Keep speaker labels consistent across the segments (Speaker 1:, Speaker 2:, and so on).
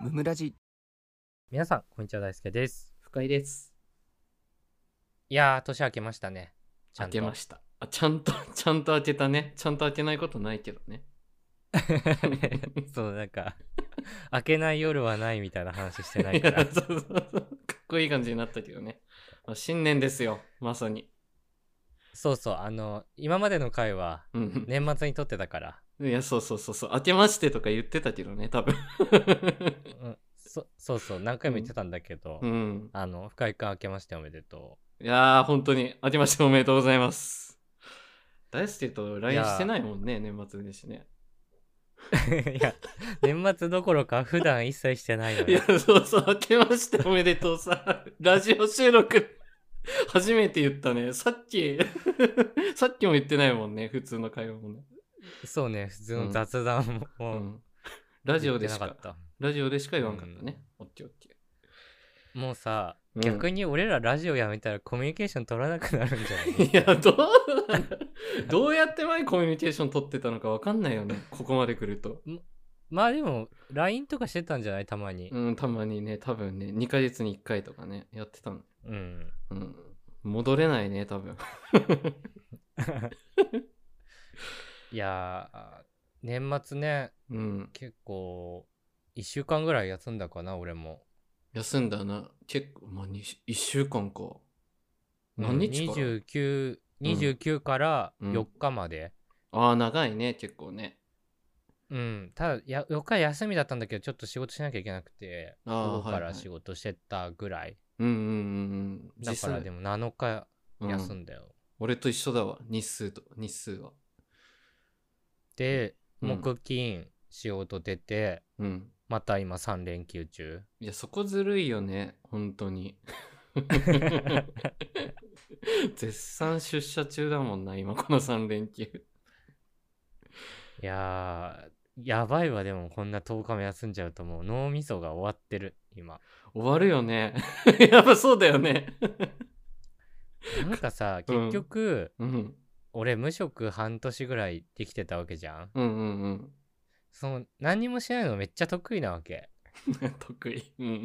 Speaker 1: ムムラジ
Speaker 2: 皆さんこんにちは大輔です
Speaker 3: 深井です。
Speaker 2: いやー年明けましたねちゃ
Speaker 3: 開
Speaker 2: んと
Speaker 3: けました。あ、ちゃんと、 ちゃんと開けたね。ちゃんと開けないことないけど ね。
Speaker 2: そうなんか 明けない夜はないみたいな話してない
Speaker 3: い
Speaker 2: から
Speaker 3: やそうそうそうかっこいい感じになったけどね。まあ新年ですよ、まさに。
Speaker 2: そうそうあの今までの回は
Speaker 3: うん。
Speaker 2: 年末に撮ってたから、
Speaker 3: いや、そうそうそうそう。開けましてとか言ってたけど ね、多分。
Speaker 2: うん、そそうそう何回も言ってたんだけど、
Speaker 3: うん。
Speaker 2: あの深井君明けましておめでと
Speaker 3: いやー、本当に、明けましておめでとうございます。大輔と LINE してないもんね、年末年始ね。
Speaker 2: う いや年末どころか普段一切してないの
Speaker 3: いや
Speaker 2: よ、
Speaker 3: そうそう、明けましておめでとうさ。ラジオ収録、初めて言ったね。さっき、 さっきも言ってないもんね、普通の会話もね。
Speaker 2: そうね普通の雑談
Speaker 3: う
Speaker 2: も、
Speaker 3: ん。ラジオでし
Speaker 2: 言って
Speaker 3: か
Speaker 2: な、かっ
Speaker 3: ラジオでしか言わんかったね。オッケーオッケ
Speaker 2: たもうさ
Speaker 3: うん
Speaker 2: 逆に俺らラジオやめたらコミュニケーション取らなくなるんじゃない
Speaker 3: ー。いや、どう、 どうやって前コミュニケーション取ってたのかわかんないよね。ここまで来ると。
Speaker 2: まあでも LINE とかしてたんじゃないたまに
Speaker 3: うん、たまにね、多分ね、2ヶ月に1回とかね、やってたの。
Speaker 2: うん、
Speaker 3: うん。戻れないね、多分。
Speaker 2: いやー年末ね
Speaker 3: うん。
Speaker 2: 結構1週間ぐらい休んだかな俺も
Speaker 3: 休んだな。結構、まあ、に1週間か。
Speaker 2: うん
Speaker 3: 何日から
Speaker 2: ?29 29から
Speaker 3: うん
Speaker 2: 4日まで、
Speaker 3: ああ、長いね、結構ね。
Speaker 2: うんただや4日休みだったんだけどちょっと仕事しなきゃいけなくて
Speaker 3: あー
Speaker 2: 午後か
Speaker 3: はいは
Speaker 2: ら
Speaker 3: い
Speaker 2: 仕事してたぐらい、
Speaker 3: うんうんうんうん。
Speaker 2: だからで
Speaker 3: も、
Speaker 2: も7日
Speaker 3: うん
Speaker 2: 休んだよ、
Speaker 3: 俺と一緒だわ、日数と、日数は。
Speaker 2: で
Speaker 3: うん
Speaker 2: 木金仕事出て
Speaker 3: うん。
Speaker 2: また今3連休中
Speaker 3: いや、そこずるいよね、本当に。 絶賛出社中だもんな、今この3連休。
Speaker 2: いやー、やばいわ、でもこんな10日も休んじゃうともう脳みそが終わってる、今。
Speaker 3: 終わるよね。 やっぱそうだよね。
Speaker 2: なんかさ、
Speaker 3: うん
Speaker 2: 結局、
Speaker 3: うん。
Speaker 2: 俺無職半年ぐらいできてたわけじゃん
Speaker 3: うんうんうん。
Speaker 2: その、何にもしないのめっちゃ得意なわけ。
Speaker 3: 得意。うん。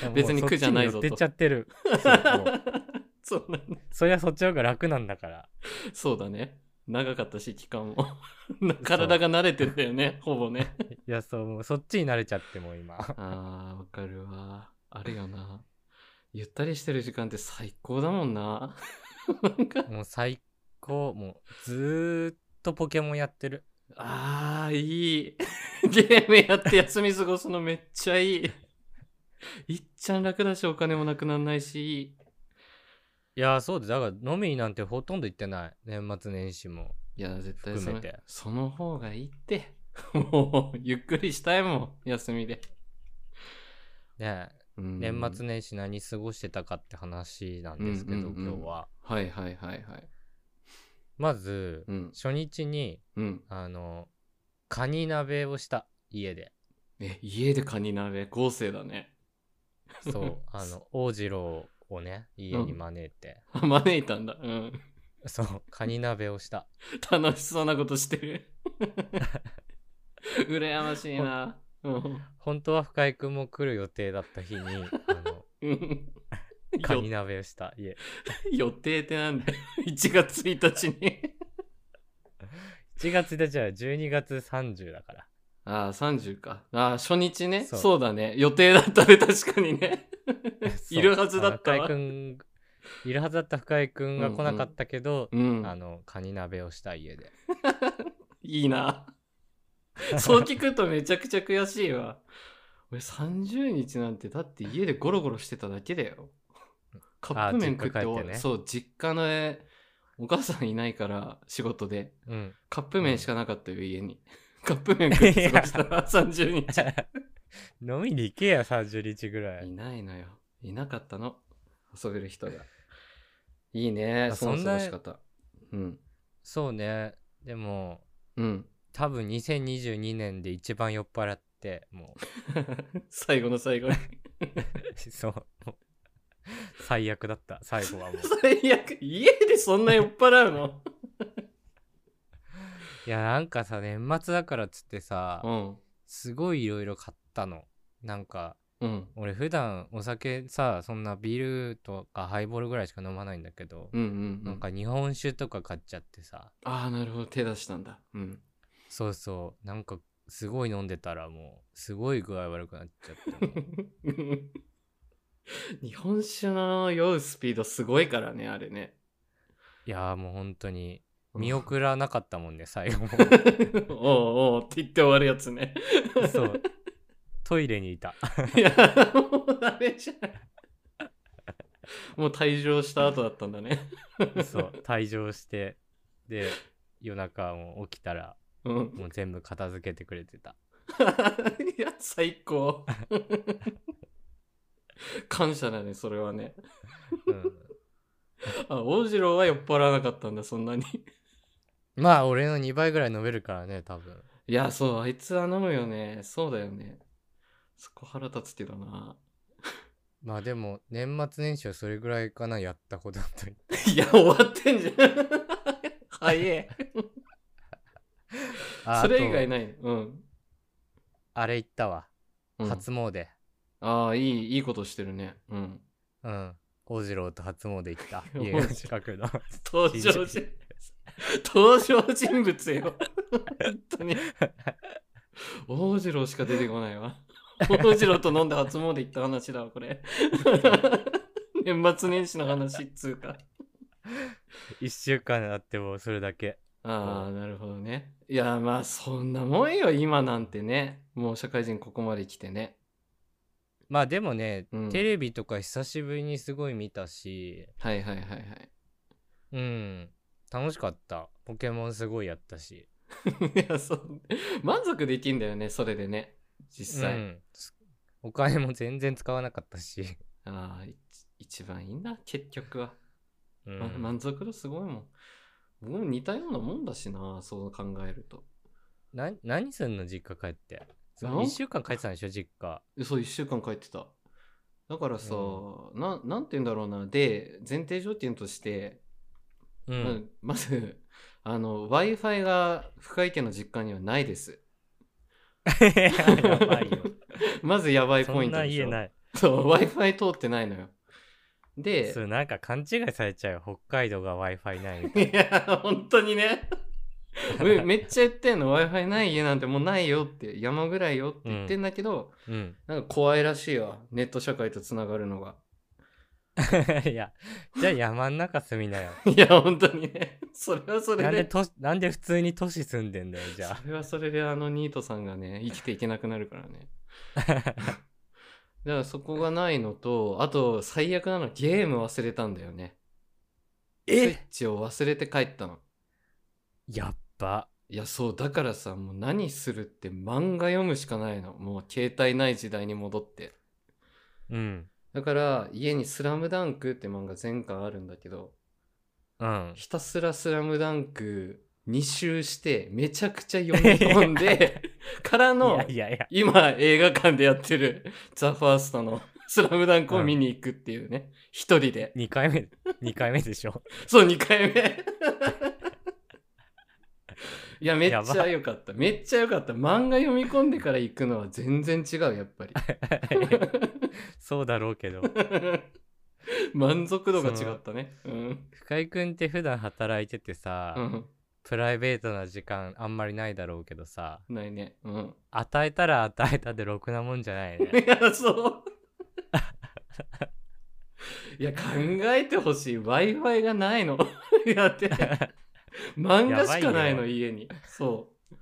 Speaker 2: でも
Speaker 3: 別に
Speaker 2: もう
Speaker 3: 苦じゃないぞ
Speaker 2: そっちに寄ってっちゃってる。 そうもう
Speaker 3: そうなんだ。
Speaker 2: そりゃそっちの方が楽なんだから。
Speaker 3: そうだね。長かったし、期間 も。体が慣れてんだよね、ほぼね。
Speaker 2: いや、そう、もうそっちに慣れちゃってもう今。
Speaker 3: あー、わかるわ。あるよな。ゆったりしてる時間って最高だもんな。なんか、
Speaker 2: もう最高、もうずーっとポケモンやってる。
Speaker 3: あー、い い。ゲームやって休み過ごすのめっちゃいい。いっちゃん楽だし、お金もなくなんないし、いい。
Speaker 2: いやー、そうで、だから飲みになんてほとんど行ってない。年末年始も。
Speaker 3: いや、絶対そ
Speaker 2: 含め
Speaker 3: の
Speaker 2: て
Speaker 3: その方がいいって。 もう、ゆっくりしたいもん、休みで。
Speaker 2: ねえ
Speaker 3: うん
Speaker 2: 年末年始何過ごしてたかって話なんですけど、
Speaker 3: うんうんうん
Speaker 2: 今日は
Speaker 3: はいはいはいはい。
Speaker 2: まず、
Speaker 3: うん。
Speaker 2: 初日に
Speaker 3: うん。
Speaker 2: あのカニ鍋をした家 で
Speaker 3: え、家でカニ鍋、豪勢だね。
Speaker 2: そうあの大次郎をね家に招いて、
Speaker 3: あ招いたんだ。うん。
Speaker 2: そうカニ鍋をした
Speaker 3: 楽しそうなことしてる。 羨ましいな。うん
Speaker 2: 本当は深井君も来る予定だった 日にあの
Speaker 3: うん。
Speaker 2: カニ鍋をした家
Speaker 3: 予定ってなんだよ。1月1日に。
Speaker 2: 1月1日は12月30だ から
Speaker 3: ああ、30か。ああ、初日ね。
Speaker 2: そ
Speaker 3: そううだね。予定だったね、確かにね。
Speaker 2: そう
Speaker 3: いるはずだった
Speaker 2: あの
Speaker 3: わ
Speaker 2: 深。井君いるはずだった深井君が来なかったけど、
Speaker 3: う
Speaker 2: あ
Speaker 3: ん。
Speaker 2: のカニ鍋をした家で
Speaker 3: い いな。そう聞くとめちゃくちゃ悔しいわ。俺30日なんてだって家でゴロゴロしてただけだよ。カップ麺食っ
Speaker 2: 実家
Speaker 3: て
Speaker 2: 帰っ
Speaker 3: お
Speaker 2: てね
Speaker 3: そう、実家のえお母さんいないから仕事で。
Speaker 2: うん
Speaker 3: カップ麺しかなかったよ、家 に。カップ麺食って過ごした30日。
Speaker 2: 飲みに行けや30日ぐら
Speaker 3: い
Speaker 2: い
Speaker 3: ないのよ。いなかったの。遊べる人が。いいね、
Speaker 2: あ
Speaker 3: その
Speaker 2: そん
Speaker 3: 過
Speaker 2: な
Speaker 3: ごし方。うん。
Speaker 2: そうねでも
Speaker 3: うん。
Speaker 2: 多分2022年で一番酔っ払っても
Speaker 3: 最後の最後に。
Speaker 2: う そうもう最悪だった最後は もう
Speaker 3: 最悪。家でそんな酔っ払うの
Speaker 2: いやなんかさ年末だからっつってさ
Speaker 3: うん。
Speaker 2: すごいいろいろ買ったのなんか
Speaker 3: うん。
Speaker 2: 俺普段お酒さそんなビールとかハイボールぐらいしか飲まないんだけど、
Speaker 3: うんうん、う
Speaker 2: なんん。か日本酒とか買っちゃってさ
Speaker 3: ああ、なるほど。手出したんだ。 うん。
Speaker 2: そうそうなんかすごい飲んでたらもうすごい具合悪くなっちゃってもう
Speaker 3: 日本酒の酔うスピードすごいからね、あ れね。
Speaker 2: いやーもう本当に見送らなかったもんね最 後も
Speaker 3: おうおうって言って終わるや つね。
Speaker 2: そうトイレにいた
Speaker 3: いや、もうダメじゃん。もう退場した後だったんだね。
Speaker 2: そう退場してで夜中も起きたら
Speaker 3: うん。
Speaker 2: もう全部片付けてくれてた
Speaker 3: いや、最高。 感謝だね、それはね。
Speaker 2: うん
Speaker 3: あ、大次郎は酔っ払わなかったんだ、そんなに。
Speaker 2: まあ俺の2倍ぐらい飲めるからね多分
Speaker 3: いや、そう、あいつは飲むよね。そうだよね。そこ腹立つけどな。
Speaker 2: まあでも年末年始はそれぐらいかなやったことだと
Speaker 3: いや、終わってんじゃん。 早え。
Speaker 2: あ
Speaker 3: それ以外
Speaker 2: あと
Speaker 3: ない。うん。
Speaker 2: あれ行ったわ、
Speaker 3: うん
Speaker 2: 初詣
Speaker 3: ああ、いい、いいことしてるね。うん。
Speaker 2: うん大次郎と初�詣行った
Speaker 3: いや
Speaker 2: 家の近くの
Speaker 3: 登場人 登場人物よ。本当に。大次郎しか出てこないわ。大次郎と飲んで初詣行った話だわ、こ れ。年末年始の話っつうか。
Speaker 2: 1週間あってもうそれだけ
Speaker 3: ああ、なるほどね。いや、まあ、そんなもんよ、今なんてね。もう社会人ここまで来てね。
Speaker 2: まあでもね、
Speaker 3: うん
Speaker 2: テレビとか久しぶりにすごい見たし
Speaker 3: はいはいはいはい。
Speaker 2: うん楽しかったポケモンすごいやったし
Speaker 3: い や、そう。満足できんだよね、それでね。実際。
Speaker 2: うんすお金も全然使わなかったし、
Speaker 3: ああ、いち一番いいな、結局は。
Speaker 2: うん
Speaker 3: ま満足度すごいもん。僕も似たようなもんだしな、そう考えると。
Speaker 2: な何すんの実家帰って
Speaker 3: なん
Speaker 2: 1週間帰ってたんでしょ実家
Speaker 3: そう、一週間帰ってた。だからさ、
Speaker 2: う
Speaker 3: ななんて言うんだろうな。で、前提条件として、
Speaker 2: うん、
Speaker 3: まずまず、あの、Wi-Fi が深井家の実家にはないです。
Speaker 2: やばいよ
Speaker 3: まずやばい
Speaker 2: そ
Speaker 3: ポイ
Speaker 2: ん
Speaker 3: ント
Speaker 2: な
Speaker 3: でし
Speaker 2: 家
Speaker 3: ょ。
Speaker 2: ない
Speaker 3: そう Wi-Fi 通ってないのよ。で、
Speaker 2: そうなんか勘違いされちゃう北海道が w i f i ないみたい
Speaker 3: いや、本当 にね。めめっちゃ言ってんの Wi-Fi ない家なんてもうないよって山ぐらいよって言ってんだけど、
Speaker 2: な、うん、
Speaker 3: なんか怖いらしいわネット社会とつながるのが
Speaker 2: いやじゃあ山ん中住みなよ
Speaker 3: いや本当にねそれはそれ
Speaker 2: なんで
Speaker 3: で
Speaker 2: 都なんで普通に都市住んでんだよじゃあ
Speaker 3: それはそれであのニートさんがね生きていけなくなるから ねだからそこがないのとあと最悪なのゲーム忘れたんだよねスイッチを忘れて帰ったの
Speaker 2: やっば
Speaker 3: いやそうだからさもう何するって漫画読むしかないのもう携帯ない時代に戻って
Speaker 2: うん
Speaker 3: だから家に「スラムダンクって漫画全巻あるんだけど
Speaker 2: うん
Speaker 3: ひたすら「スラムダンク2周してめちゃくちゃ読み込んでからの
Speaker 2: いやいやいや
Speaker 3: 今映画館でやってる「ザ・ファーストの「スラムダンクを見に行くっていうね一人で
Speaker 2: 2回目2回目でし ょ
Speaker 3: そう2回目いやめっ
Speaker 2: や
Speaker 3: ち
Speaker 2: ば
Speaker 3: ゃ良かっためっちゃ良かった漫画読み込んでから行くのは全然違うやっ ぱり
Speaker 2: そうだろうけど
Speaker 3: 満足度が違ったねうん、
Speaker 2: 深井君って普段働いててさ、
Speaker 3: うん、
Speaker 2: プライベートな時間あんまりないだろうけどさ
Speaker 3: ないねうん
Speaker 2: 与えたら与えたでろくなもんじゃないね
Speaker 3: いや、そう。いや、考えてほしい。Wi-Fi がないの。 いや、で、 漫画しかない
Speaker 2: や
Speaker 3: の、
Speaker 2: ばい
Speaker 3: 家に。そう。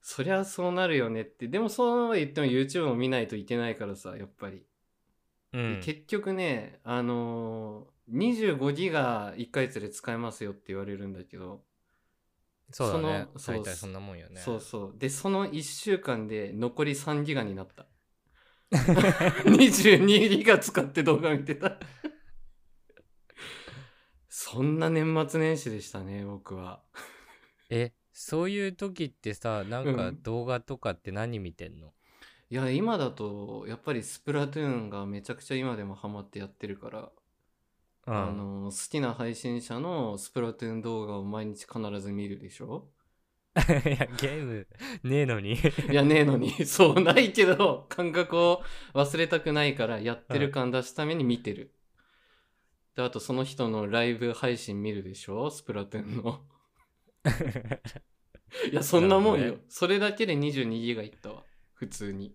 Speaker 3: そりゃそうなるよねって。でも、そうは言っても YouTube も見ないといけないからさ、やっぱり。
Speaker 2: う
Speaker 3: で
Speaker 2: ん
Speaker 3: 結局ね、あのー25ギガ1ヶ月で使えますよって言われるんだけど、
Speaker 2: そうだね
Speaker 3: その
Speaker 2: 大体
Speaker 3: そう
Speaker 2: そんなもんよね
Speaker 3: そうそう。で、その1週間で残り3ギガに なった。22ギガ使って動画見てた。そんな年末年始でしたね、僕は。
Speaker 2: えそういう時ってさなんか
Speaker 3: うん
Speaker 2: 動画とかって何見てんの、
Speaker 3: いや、今だと、やっぱりスプラトゥーンがめちゃくちゃ今でもハマってやってるから、
Speaker 2: うん、
Speaker 3: あの、好きな配信者のスプラトゥーン動画を毎日必ず見るでしょ
Speaker 2: いや、ゲームねえのに。
Speaker 3: いやねえのに そうないけど感覚を忘れたくないからやってる感出すために見てる、であとその人のライブ配信見るでしょスプラトゥーン のいやそんなもん
Speaker 2: なる
Speaker 3: よ、
Speaker 2: ほどね
Speaker 3: それだけで22ギガいったわ普通に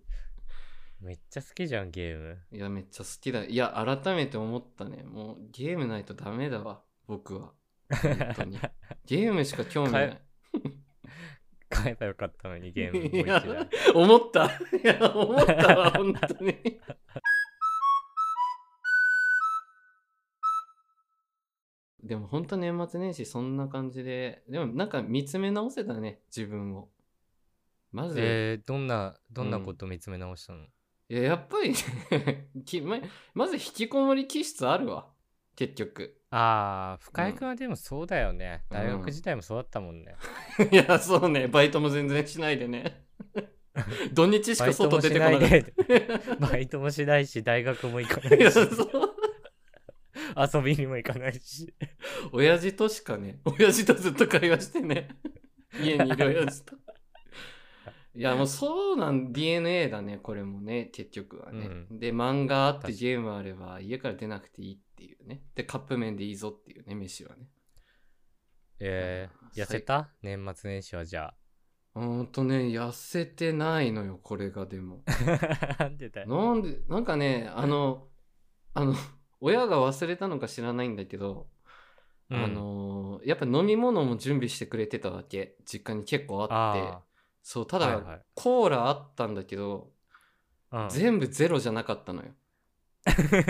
Speaker 2: めっちゃ好きじゃん、ゲーム。
Speaker 3: いやめっちゃ好きだいや改めて思ったねもうゲームないとダメだわ僕は本当にゲームしか興 味ない
Speaker 2: 買えばよかったのに、ゲームもう
Speaker 3: い
Speaker 2: 一
Speaker 3: や
Speaker 2: 台。
Speaker 3: 思ったいや思った わ本当にでも本当年末年始そんな感じででもなんか見つめ直せたね自分をまず、
Speaker 2: えー、どんな、どんな
Speaker 3: うん
Speaker 2: こと見つめ直したの、
Speaker 3: いややっぱりね きままず引きこもり気質あるわ結局
Speaker 2: ああ、深井君はでもそうだよね。
Speaker 3: うん
Speaker 2: 大学時代もそうだったもんね。
Speaker 3: いやそうねバイトも全然しないで ね土日し
Speaker 2: バ
Speaker 3: か
Speaker 2: イト
Speaker 3: 外
Speaker 2: も
Speaker 3: 出
Speaker 2: して
Speaker 3: こ
Speaker 2: な
Speaker 3: ないかった
Speaker 2: で、バイトもしないし、大学も行か
Speaker 3: い
Speaker 2: な
Speaker 3: や
Speaker 2: いし
Speaker 3: そ、う
Speaker 2: 遊びにも行かない し。
Speaker 3: 親父としかね、 親父とずっと会話し てね、家にいる親父と。いや、もうそうなん DNA だね、これもね、結局はね。
Speaker 2: う
Speaker 3: で、漫画あっ
Speaker 2: 確か
Speaker 3: て
Speaker 2: に
Speaker 3: ゲームあれば、家から出なくていいっていうね。で、カップ麺でいいぞっていうね、飯はね。
Speaker 2: えー、
Speaker 3: 最
Speaker 2: 痩せた年末年始はじゃ
Speaker 3: うーんとね、痩せてないのよ、これがで も。
Speaker 2: あ。なんでだよ。
Speaker 3: なんで、なんかね、あの、あの、親が忘れたのか知らないんだけど、
Speaker 2: うん
Speaker 3: あのやっぱ飲み物も準備してくれてたわけ実家に結構あって
Speaker 2: あ
Speaker 3: そう、た
Speaker 2: は
Speaker 3: だ
Speaker 2: いはい、
Speaker 3: コーラあったんだけど、
Speaker 2: あ、うん、
Speaker 3: 全部ゼロじゃなかったのよ。
Speaker 2: 部
Speaker 3: コカ・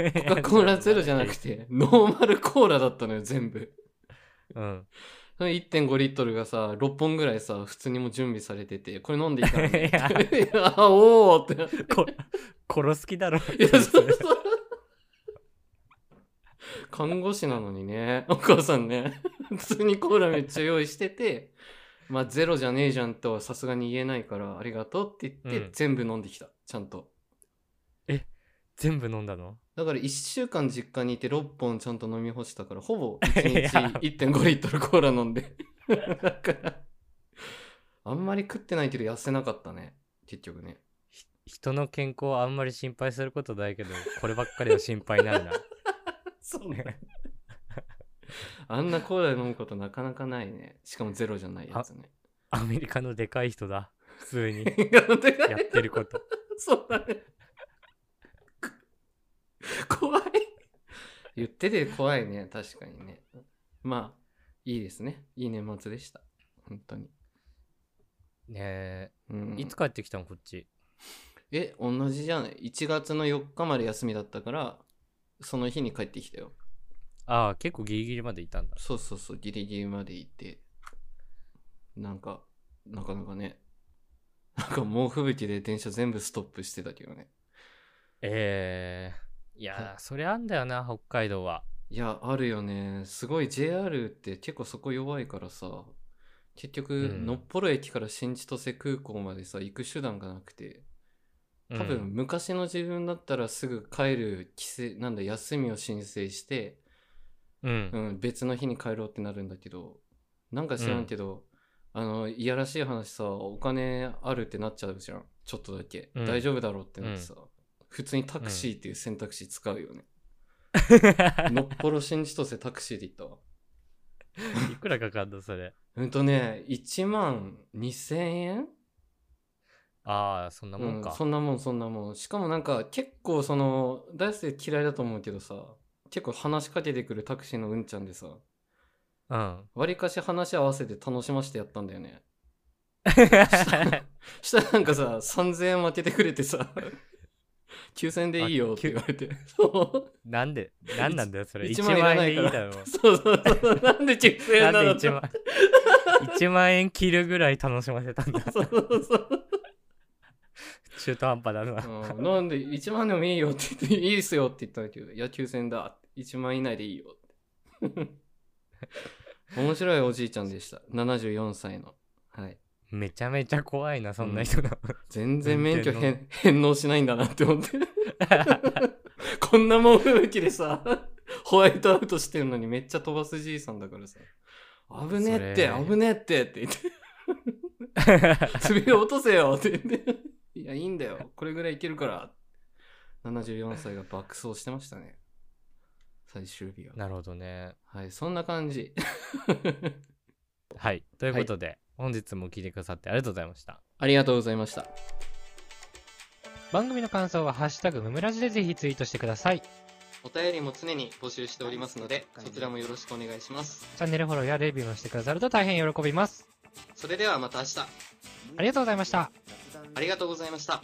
Speaker 3: コーラゼロじゃなく。て、ノーマルコーラだったのよ、全部。
Speaker 2: うん。
Speaker 3: その1.5リットルがさ、6本ぐらいさ、普通にもう準備されてて、これ飲んで いいからね。いや、おーってなって。
Speaker 2: こ殺す気だろ。
Speaker 3: いや、そうそう。看護師なのにね、お母さんね、普通にコーラめっちゃ用意してて、まあ、ゼロじゃねえじゃんとはさすがに言えないから、ありがとうって言って、
Speaker 2: うん
Speaker 3: 全部飲んできた、ちゃんと。
Speaker 2: 全部飲んだの
Speaker 3: だから1週間実家にいて6本ちゃんと飲み干したから、ほぼ
Speaker 2: い
Speaker 3: 1
Speaker 2: や
Speaker 3: 日1.5リットルコーラ飲んで。 だから、あんまり食ってないけど痩せなかったね、結局ね。
Speaker 2: ひ人の健康はあんまり心配することないけど、こればっかりは心配にな るな。
Speaker 3: そうね。あんなコーラ飲むことなかなかないね。しかもゼロじゃないやつね。
Speaker 2: アメリカのでかい人だ。普通 にや
Speaker 3: や
Speaker 2: ってること。
Speaker 3: そうだね。怖い。言ってて怖いね。確かにね。まあ、いいですね。いい年末でした。本当に。
Speaker 2: ねえ、
Speaker 3: うん、
Speaker 2: いつ帰ってきたのこっち。
Speaker 3: え、同じじゃない ?1 月の4日まで休みだったから、その日に帰ってきたよ。
Speaker 2: ああ、結構ギリギリまでいたんだ。
Speaker 3: そうそうそう、ギリギリまでいて、なんか、なかなかね、 なんか猛吹雪で電車全部ストップしてたけどね。
Speaker 2: ええいやー、それあんだよな、北海道は。
Speaker 3: いや、あるよね。すごい JR って結構そこ弱いからさ、結局、
Speaker 2: うん
Speaker 3: のっぽろ駅から新千歳空港までさ、行く手段がなくて、
Speaker 2: うん
Speaker 3: 多分、昔の自分だったらすぐ帰る帰省、なんだ、休みを申請して、
Speaker 2: うん
Speaker 3: う。ん、別の日に帰ろうってなるんだけどなんか知らんけど、あのいやらしい話さお金あるってなっちゃうじゃんちょっとだけ、
Speaker 2: うん
Speaker 3: 大丈夫だろうってなってさ、普通にタクシーっていう選択肢使うよね、のっぽろ新千歳タクシーで行ったわ
Speaker 2: いくらかかんのそれ。
Speaker 3: うんとね1万2000円
Speaker 2: ああ、そんなもん
Speaker 3: う
Speaker 2: か
Speaker 3: ん、。そんなもんそんなもんしかもなんか結構その大好き嫌いだと思うけどさ結構話しかけてくるタクシーのうんちゃんでさ
Speaker 2: うん。
Speaker 3: わりかし話合わせて楽しましてやったんだよね したらなんかさ3000円負けてくれてさ9000円でいいよって言われてそう
Speaker 2: なんで、なんなんだよ、それ。
Speaker 3: 一
Speaker 2: 1
Speaker 3: 万
Speaker 2: 万円でいい
Speaker 3: いらない
Speaker 2: だろ。
Speaker 3: そうそうそうなんで9000
Speaker 2: な
Speaker 3: 円
Speaker 2: ん
Speaker 3: なの
Speaker 2: で1万 ?1 万円切るぐらい楽しませたん だ。
Speaker 3: そうそうそう
Speaker 2: 中途半端だな。
Speaker 3: うんなんで1万でもいいよって言っていいですよって言ったんだけどいや9000円だって1万以内でいいよって 面白いおじいちゃんでした74歳のはい
Speaker 2: めちゃめちゃ怖いな、そんな人が。
Speaker 3: 全然免許
Speaker 2: 運
Speaker 3: 返 返納しないんだなって思って こんなもん吹雪でさ ホワイトアウトしてるのにめっちゃ飛ばすじいさんだからさ危ねえって
Speaker 2: それ
Speaker 3: 危ねえってって言って スピード落とせよって言って。いや、いいんだよ。これぐらいいけるから。74歳が爆走してましたね。最終 日は。
Speaker 2: なるほどね。
Speaker 3: はい、そんな感じ。
Speaker 2: はい。ということで、本日も聞いてくださってありがとうございました。
Speaker 3: ありがとうございました。
Speaker 1: 番組の感想はハッシュタグムムラジでぜひツイートしてください。チ
Speaker 3: お便りも常に募集しておりますので、そちらもよろしくお願いします。
Speaker 1: ャンネルフォローやレビューもしてくださると大変喜びます。
Speaker 3: それではまた明日、
Speaker 1: ありがとうございました。
Speaker 3: ありがとうございました。